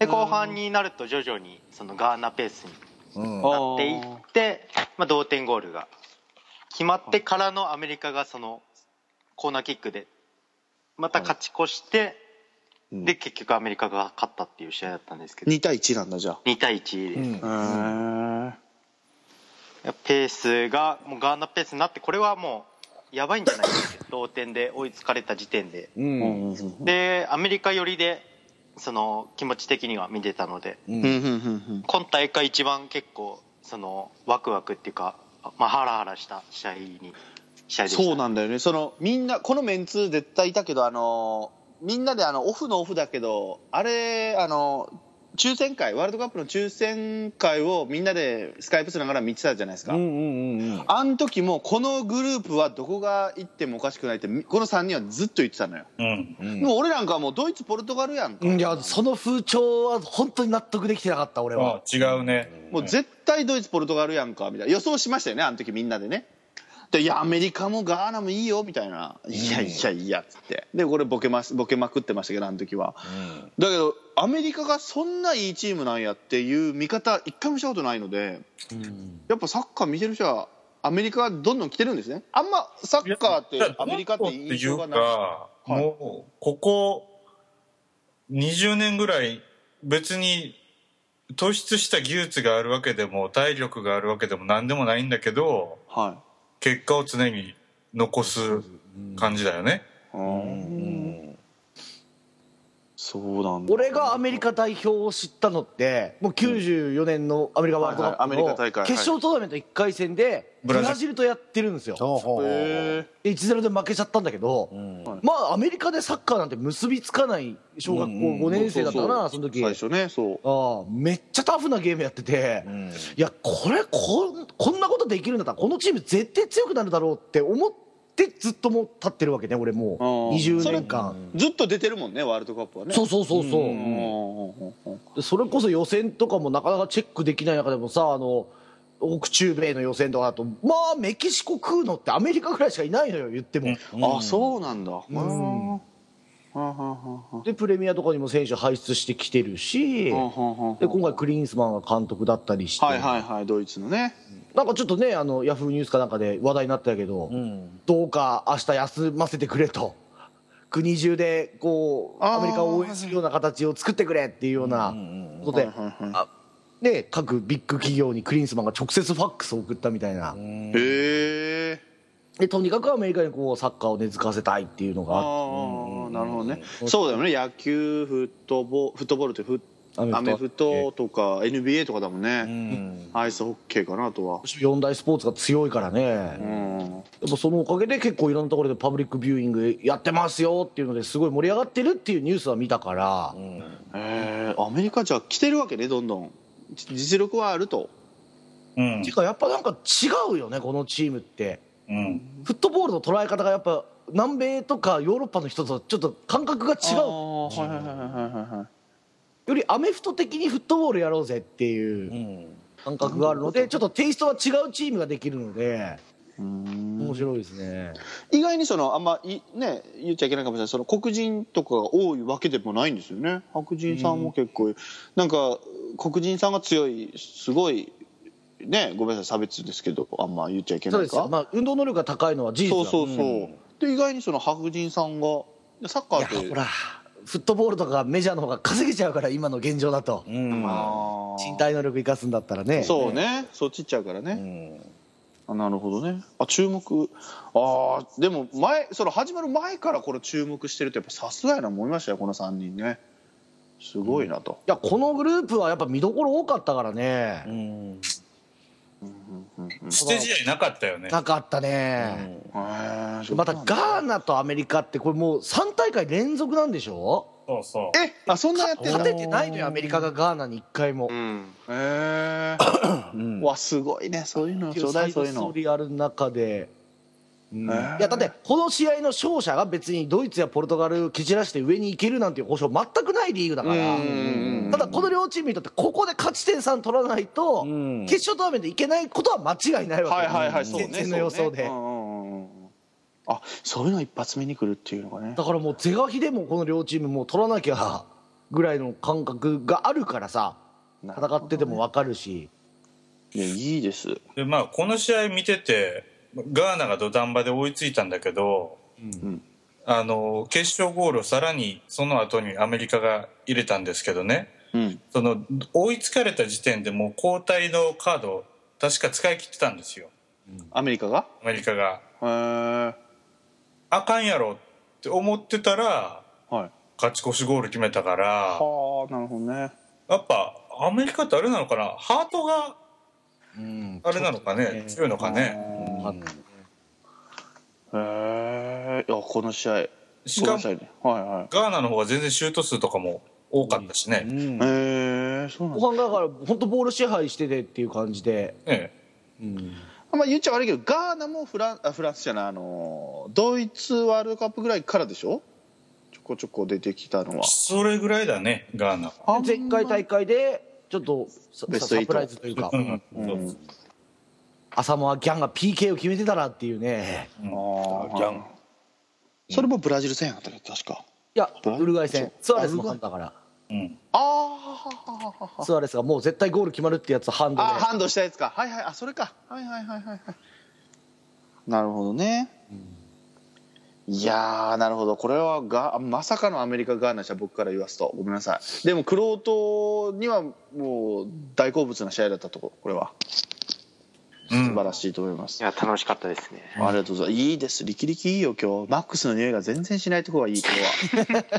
B: で後半になると徐々にそのガーナペースに
F: うん、
A: あ
B: なっていって、まあ、同点ゴールが決まってからのアメリカがそのコーナーキックでまた勝ち越して、で結局アメリカが勝ったっていう試合だったんですけど
A: 2対1なんだじゃあ
B: 2対1です、
A: うーん
B: ペースがもうガーナペースになってこれはもうやばいんじゃないですか同点で追いつかれた時点で、
A: うんうん
B: でアメリカ寄りでその気持ち的には見てたので、
A: うんうんうん
B: 今大会一番結構そのワクワクっていうか、まあ、ハラハラした試合に試合でした
A: そうなんだよねそのみんなこのメンツ絶対いたけどあのみんなであのオフのオフだけどあれあの抽選会ワールドカップの抽選会をみんなでスカイプしながら見てたじゃないですか、
F: うんうんうんうん
A: あの時もこのグループはどこが行ってもおかしくないってこの3人はずっと言ってたのよ、
D: うん。
A: でも俺なんかはもうドイツポルトガルやんか、
C: いやその風潮は本当に納得できてなかった俺
D: あ
C: は
D: 違うね。
A: もう絶対ドイツポルトガルやんかみたいな予想しましたよねあの時みんなでねでいやアメリカもガーナもいいよみたいないやいやいやっつってでこれボケますボケまくってましたけどあの時は、だけどアメリカがそんないいチームなんやっていう見方一回もしたことないので、やっぱサッカー見てる人はアメリカがどんどん来てるんですねあんまサッカーってアメリカって印象がない
D: いや
A: は
D: ないんとっていうか、もう、ここ、20年ぐらい、別に、突出した技術があるわけでも、体力があるわけでも何でもないんだけど、
A: は
D: 結果を常に残す感じだよね。
A: い、うんそうなんだ
C: 俺がアメリカ代表を知ったのってもう94年のアメリカワールドカ
A: はいはいアメリカ
C: ッ
A: 大
C: プ
A: 会は
C: の
A: い
C: 決勝トーナメント1回戦で
D: ブ
C: ブ
D: ラジル
C: ラジルとやってるんですよ
F: ほうほうほう
A: へ
C: で1-0で負けちゃったんだけど、まあアメリカでサッカーなんて結びつかない小学校5年生だったかな、
A: うんうん
C: その時
A: 最初ねそう
C: ああめっちゃタフなゲームやってて、いやこれこんこんなことできるんだったらこのチーム絶対強くなるだろうって思ってずっともう立ってるわけね俺も
A: あ
C: う
A: あ
C: 20年間
A: ずっと出てるもんねワールドカップはね
C: そうそうそうそう、
A: うんうんうんうん
C: でそれこそ予選とかもなかなかチェックできない中でもさあの北中米の予選とかだとまあメキシコ食うのってアメリカぐらいしかいないのよ言っても、
A: あそうなんだうんはあはあはあは
C: でプレミアとかにも選手輩出してきてるし、
A: あはあはあ
C: で今回クリーンスマンが監督だったりして、
A: はいはいはいドイツのね
C: なんかちょっとねあのヤフーニュースかなんかで話題になってたけど、どうか明日休ませてくれと 国中でこう
A: あー
C: アメリカを応援するような形を作ってくれっていうようなことで、あで各ビッグ企業にクリンスマンが直接ファックスを送ったみたいな、
A: へえ
C: でとにかくアメリカにこうサッカーを根付かせたいっていうのがあっ
A: ああなるほどねそうだよね野球フットボフットボールってフッア
C: ア
A: メ
C: メ
A: フ
C: フ
A: トとか NBA とかだもんねアイスホッケーかなとは
C: て四大スポーツが強いからね、
A: うん
C: やっぱそのおかげで結構いろんなところでパブリックビューイングやってますよっていうのですごい盛り上がってるっていうニュースは見たから、
A: へえアメリカじゃあ来てるわけねどんどん実力はあると
D: うん
C: て。かやっぱなんか違うよねこのチームって
D: うん。
C: フットボールの捉え方がやっぱ南米とかヨーロッパの人とちょっと感覚が違
A: あ
C: う
A: あはいはいはいはいはいはい
C: よりアメフト的にフットボールやろうぜっていう感覚があるのでちょっとテイストは違うチームができるので面白いですね
A: 意外にそのあんまいね言っちゃいけないかもしれないその黒人とかが多いわけでもないんですよね白人さんも結構いるなんか黒人さんが強いすごいねごめんなさい差別ですけどあんま言っちゃいけ
C: そ
A: な
C: うで
A: い
C: すよ
A: か
C: まあ運動能力が高いのは事実だ
A: そうそうそうで意外にその白人さんがサッカーって
C: ほらフットボールとかメジャーの方が稼げちゃうから今の現状だと、
A: あー
C: 身体能力生かすんだったらね
A: そうねそっち行っちゃうからね、あなるほどねあ注目あーでも前その始まる前からこれ注目してるとやっぱさすがやな思いましたよこの3人ねすごいなと、
C: いやこのグループはやっぱ見どころ多かったからね、
D: 捨て試合なかったよね。
C: なかったね、
A: へーそう
C: またガーナとアメリカってこれもう3大会連続なんでしょ
D: そうそう。
A: えあそんなやってた
C: 勝ててないのよアメリカがガーナに1回も
B: う。ん
A: へえ、うわすごいねそういうのちょうだいそういう
C: サイド
A: の
C: ストーリーある中で、う
A: へ
C: んい
A: ー
C: やだってこの試合の勝者が別にドイツやポルトガル蹴散らして上に行けるなんていう保証全くないリーグだから
A: うん
C: ただこの両チームにとってここで勝ち点3取らないと
F: ん
C: 決勝トーナメント行けないことは間違いないわけ
A: はいはいはいそうね
C: 前線の予想で
A: そうねうんうんうんうんあそういうの一発目に来るっていうのがね
C: だからもう是が非でもこの両チームもう取らなきゃぐらいの感覚があるからさ
A: なるほ
C: 戦ってても分かるし
A: いやいいです
D: でまあこの試合見ててガーナが土壇場で追いついたんだけど、あの決勝ゴールをさらにその後にアメリカが入れたんですけどね、
A: うん
D: その追いつかれた時点でもう交代のカードを確か使い切ってたんですよ
A: アメリカが
D: アメリカが
A: へー
D: あかんやろって思ってたら
A: はい
D: 勝ち越しゴール決めたから
A: ああなるほどね
D: やっぱアメリカってあれなのかなハートがあれなのかね強いのかね
A: へえいやこの試合
D: し
A: ごめんな
D: かも
A: さいねはいは
D: ガーナの方が全然シュート数とかも多かったしね、
A: いへえそうなんだ
C: 後半だから本当ボール支配しててっていう感じで
D: ええ
A: あんまあ言っちゃ悪いけどガーナもフランあフランスじゃないあのドイツワールドカップぐらいからでしょちょこちょこ出てきたのは
D: それぐらいだねガーナは
C: 前回大会でちょっとさ
A: ベ
C: さ
A: ストエイ
C: サ
A: ト
C: プライズというか
D: うん
C: 浅間ギャンが PK を決めてたらっていうね
A: ああそれもブラジル戦やったっけ確か
C: いや
A: ブラ
C: ウルグアイ戦スアレスの
A: あウルグアイ
C: 判だから
D: うん
A: ああ
C: スアレスがもう絶対ゴール決まるってやつハンドで
A: あハンドしたやつかはいはいあそれかはいはいはいはいはいなるほどね、いやーなるほどこれはがまさかのアメリカガーナじゃ僕から言わすとごめんなさいでもクロートにはもう大好物な試合だったとここれは素
D: うん
A: 晴らしいと思います、
B: や楽しかったですね
A: ありがとうございますいいです力力いいよ今日マックスの匂いが全然しないとこがいい今日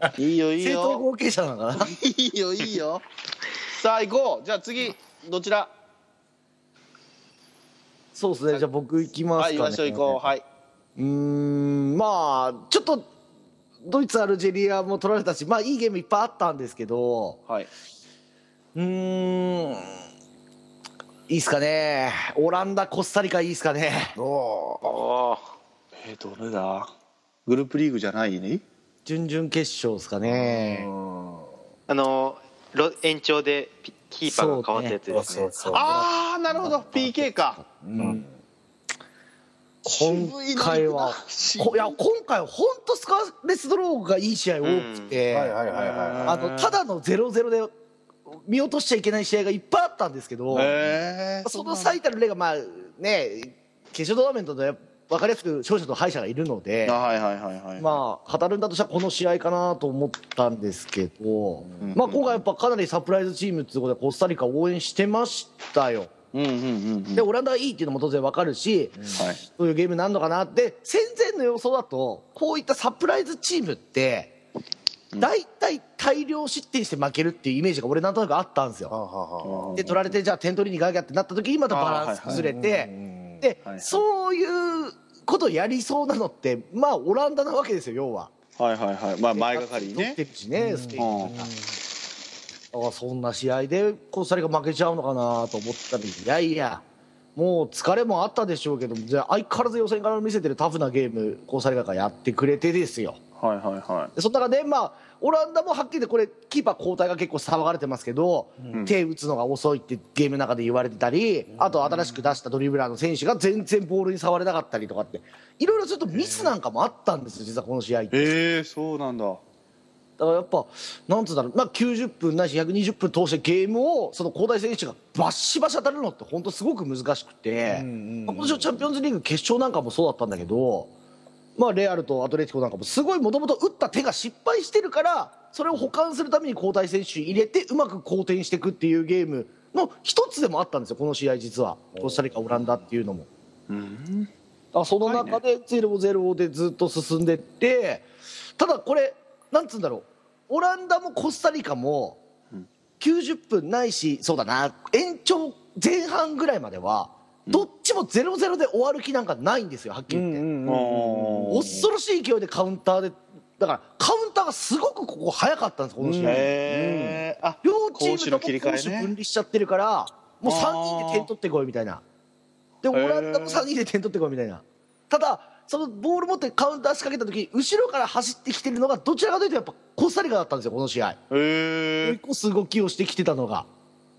A: はいいよいい
C: 正統
A: よ
C: 後継者なのかない
A: いよいいよさあ行こうじゃあ次どちら
C: そうですねじゃあ僕行きますか
A: はい
C: ね
A: 行きましょう行こうはいう
C: ーんまあちょっとドイツアルジェリアも取られたしまあいいゲームいっぱいあったんですけど
A: はい。
C: うーんいいっすかねオランダコスタリカいいっすかね
B: おー
A: えー、どれだグループリーグじゃないね
C: 準々決勝ですかね
B: あのロ延長でピキーパーが変わったやつ
D: そう
B: です
D: そ
B: ね
D: うそう
A: ああ、なるほど。PK か。
C: 今回は
A: 渋い
C: こいや今回は本当スカーレスドローがいい試合多くて、
F: はいはいはいは
C: あのただの0-0で見落としちゃいけない試合がいっぱいあったんですけど、
A: えー、
C: その最たる例がまあね決勝トーナメントで分かりやすく勝者と敗者がいるので
A: あはいはいはいはい。
C: まあ語るんだとしたらこの試合かなと思ったんですけど、まあ、今回やっぱかなりサプライズチームということでコスタリカを応援してましたよ。
A: うんうんうんうん。
C: でオランダがいいっていうのも当然分かるし、
A: はい。
C: そういうゲームになるのかなって戦前の予想だとこういったサプライズチームって大体大量失点して負けるっていうイメージが俺なんとなくあったんですよ。
F: あはあはあ
C: で取られてじゃあ点取りにガきゃってなった時にまたバランス崩れてで
A: はいはい
C: そういうことやりそうなのってまあオランダなわけですよ要は
A: はいはいはい。まあ、前がかりに
C: 取っ
A: ね
C: て。るしねスペイ
A: う
C: ン
A: ん
C: とかだからそんな試合でコスタリカ負けちゃうのかなと思ったらいやいやもう疲れもあったでしょうけどじゃあ相変わらず予選から見せてるタフなゲームコスタリカがやってくれてですよ
A: はいはいは
C: でその中で、まあ、オランダもはっきり言ってこれキーパー交代が結構騒がれてますけど、手打つのが遅いってゲームの中で言われてたりあと新しく出したドリブラーの選手が全然ボールに触れなかったりとかっていろいろちょっとミスなんかもあったんですよ実はこの試合って
A: い。えー、そうなんだ。
C: だからやっぱなんつうんだろう、まあ、90分ないし120分通してゲームをその交代選手がバッシバシ当たるのって本当すごく難しくて、まあ今年のチャンピオンズリーグ決勝なんかもそうだったんだけど、まあ、レアルとアトレティコなんかもすごいもともと打った手が失敗してるからそれを補完するために交代選手入れてうまく好転していくっていうゲームの一つでもあったんですよこの試合実はコスタリカオランダっていうのも。あその中で0-0でずっと進んでってただこれなんつうんだろうオランダもコスタリカも90分ないしそうだな延長前半ぐらいまではどっちも0-0で終わる気なんかないんですよはっきり言って、
A: お
C: 恐ろしい勢いでカウンターでだからカウンターがすごくここ早かったんですこの試合、
A: えー、あ
C: 両チ
A: 攻守
C: ーム
A: の
C: と
A: 切
C: も
A: り
C: 攻
A: 替
C: 守
A: え
C: 分
A: ね。
C: 離しちゃってるからもう3人で点取ってこいみたいなでオランダも3人で点取ってこいみたいなただそのボール持ってカウンター仕掛けた時後ろから走ってきてるのがどちらかというとやっぱコスタリカだったんですよこの試合
A: え
C: 追い
A: ー、
C: 越す動きをしてきてたのが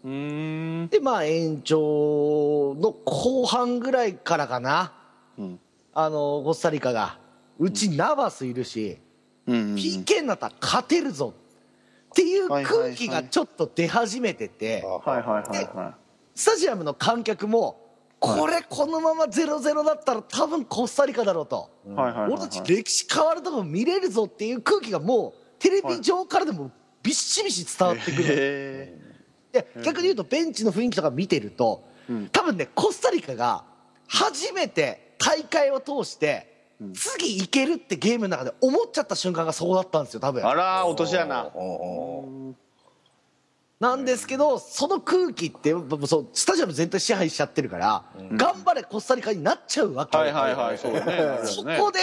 A: うーん。
C: でまあ延長の後半ぐらいからかな、
A: うん
C: あのコスタリカがうちナバスいる
A: うんうんう
C: し、
A: ん
C: PK になったら勝てるぞっていう
A: はいはいはい
C: 空気がちょっと出始めてて、
A: はいはいはいはい。
C: スタジアムの観客もこれこのまま0-0だったら多分コスタリカだろうと、
A: はいはいはい
C: 俺たち歴史変わるとこ見れるぞっていう空気がもうテレビ上からでもびっしびし伝わっ てくる、
A: へ
C: で逆に言うとベンチの雰囲気とか見てると、多分ねコスタリカが初めて大会を通して、次いけるってゲームの中で思っちゃった瞬間がそうだったんですよ多分
A: ーあら落とし穴
C: なんですけどその空気ってやっぱそうスタジアム全体支配しちゃってるから、頑張れコスタリカになっちゃうわけ、
A: はいはいはいそうね
C: そ
A: ね
C: こで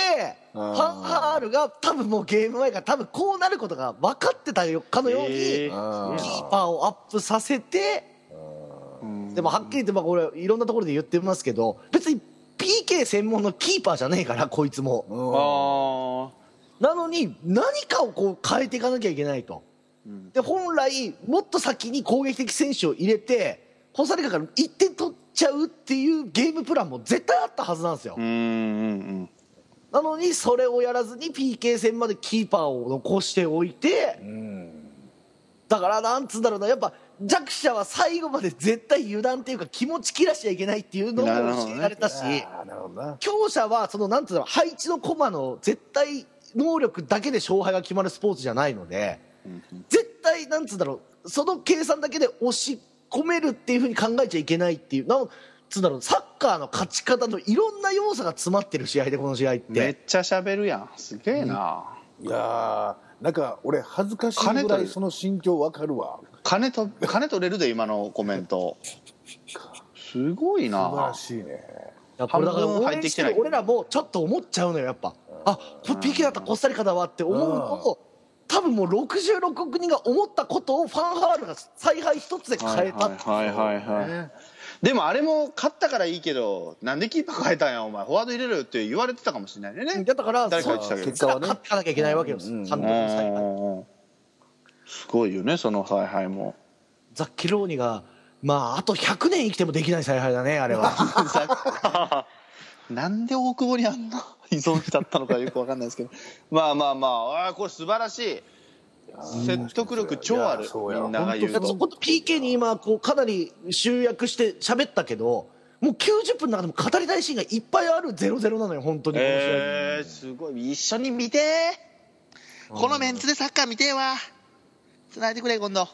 C: ファンハールが多分もうゲーム前から多分こうなることが分かってたよかのように、
A: へー
C: キーパーをアップさせて、でもはっきり言って、まあ、これ、いろんなところで言ってますけど、別に PK 専門のキーパーじゃねえから、こいつも。
A: あー
C: なのに、何かをこう変えていかなきゃいけないと。で、本来、もっと先に攻撃的選手を入れて、コスタリカから1点取っちゃうっていうゲームプランも絶対あったはずなんですよ
A: う。んうんうん
C: なのに、それをやらずに PK 戦までキーパーを残しておいて、だからなんつうんだろうなやっぱ弱者は最後まで絶対油断っていうか気持ち切らしちゃいけないっていうのを
A: なるほどね
C: 教えられたし、
F: あなるほどな
C: 強者はそのなんつうんだろう配置の駒の絶対能力だけで勝敗が決まるスポーツじゃないので、絶対なんつうんだろうその計算だけで押し込めるっていうふうに考えちゃいけないっていうなんつうんだろうサッカーの勝ち方のいろんな要素が詰まってる試合でこの試合っ。
A: めってちゃ喋るやんすげえな、
F: いやーなんか俺恥ずかしい
A: 金
F: ぐ
A: 取
F: ら
A: る
F: いその心境わかるわ
A: 金と金取れるで今のコメントすごい
F: 素晴ら
A: な
F: しいね
C: いやこれだから
A: 半分
C: 応
A: 入っ
C: 援
A: てき
C: してて
A: ない
C: る俺らもちょっと思っちゃうのよやっぱあこれ PK だったらコスタリカだわって思うのを多分もう66億人が思ったことをファンハールが采配一つで変えたって
A: はいはいはいはい、でもあれも勝ったからいいけどなんでキーパー変えたんやお前フォワード入れるって言われてたかもしれないよね
C: だから
A: 誰か
C: そ
A: 言
C: う
A: ってたけど
F: 結果はね
C: 勝ってかなきゃいけないわけです監督の采配
A: うんすごいよねその采配も
C: ザッキローニがまああと100年生きてもできない采配だねあれは
A: なんで大久保にあんな 依存しちゃったのか よくわかんないですけどまあまあまああーこれ素晴らしい説得力超ある
F: いやそう
A: み
F: や
A: んな が言う
C: だからそ
A: と
C: こと PK に今こうかなり集約して喋ったけどもう90分の中でも語りたいシーンがいっぱいある0-0なのよ本当にこの試合
A: えー、すごい一緒に見てーこのメンツでサッカー見てーわつないでくれ今 度いや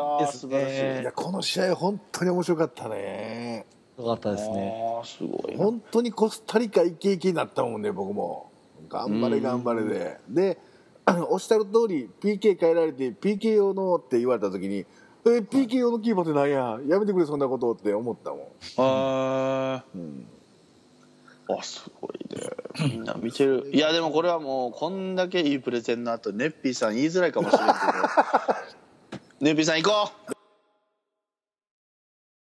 A: ー
C: です
A: 素
C: ね
A: 晴らしい
F: いやこの試合本当に面白かったね
C: よかったですね
A: あーすごいな
F: 本当にコスタリカイケイケになったもんね僕も頑張れ頑張れでで あのおっしゃる通り PK 変えられて PK 用のって言われた時に「え PK 用のキーパーってなんややめてくれそんなこと」って思ったも
A: あ、あすごいねみんな見てるいやでもこれはもうこん だけいいプレゼンの後ネッピーさん言いづらいかもしれんけどネッピーさん行こう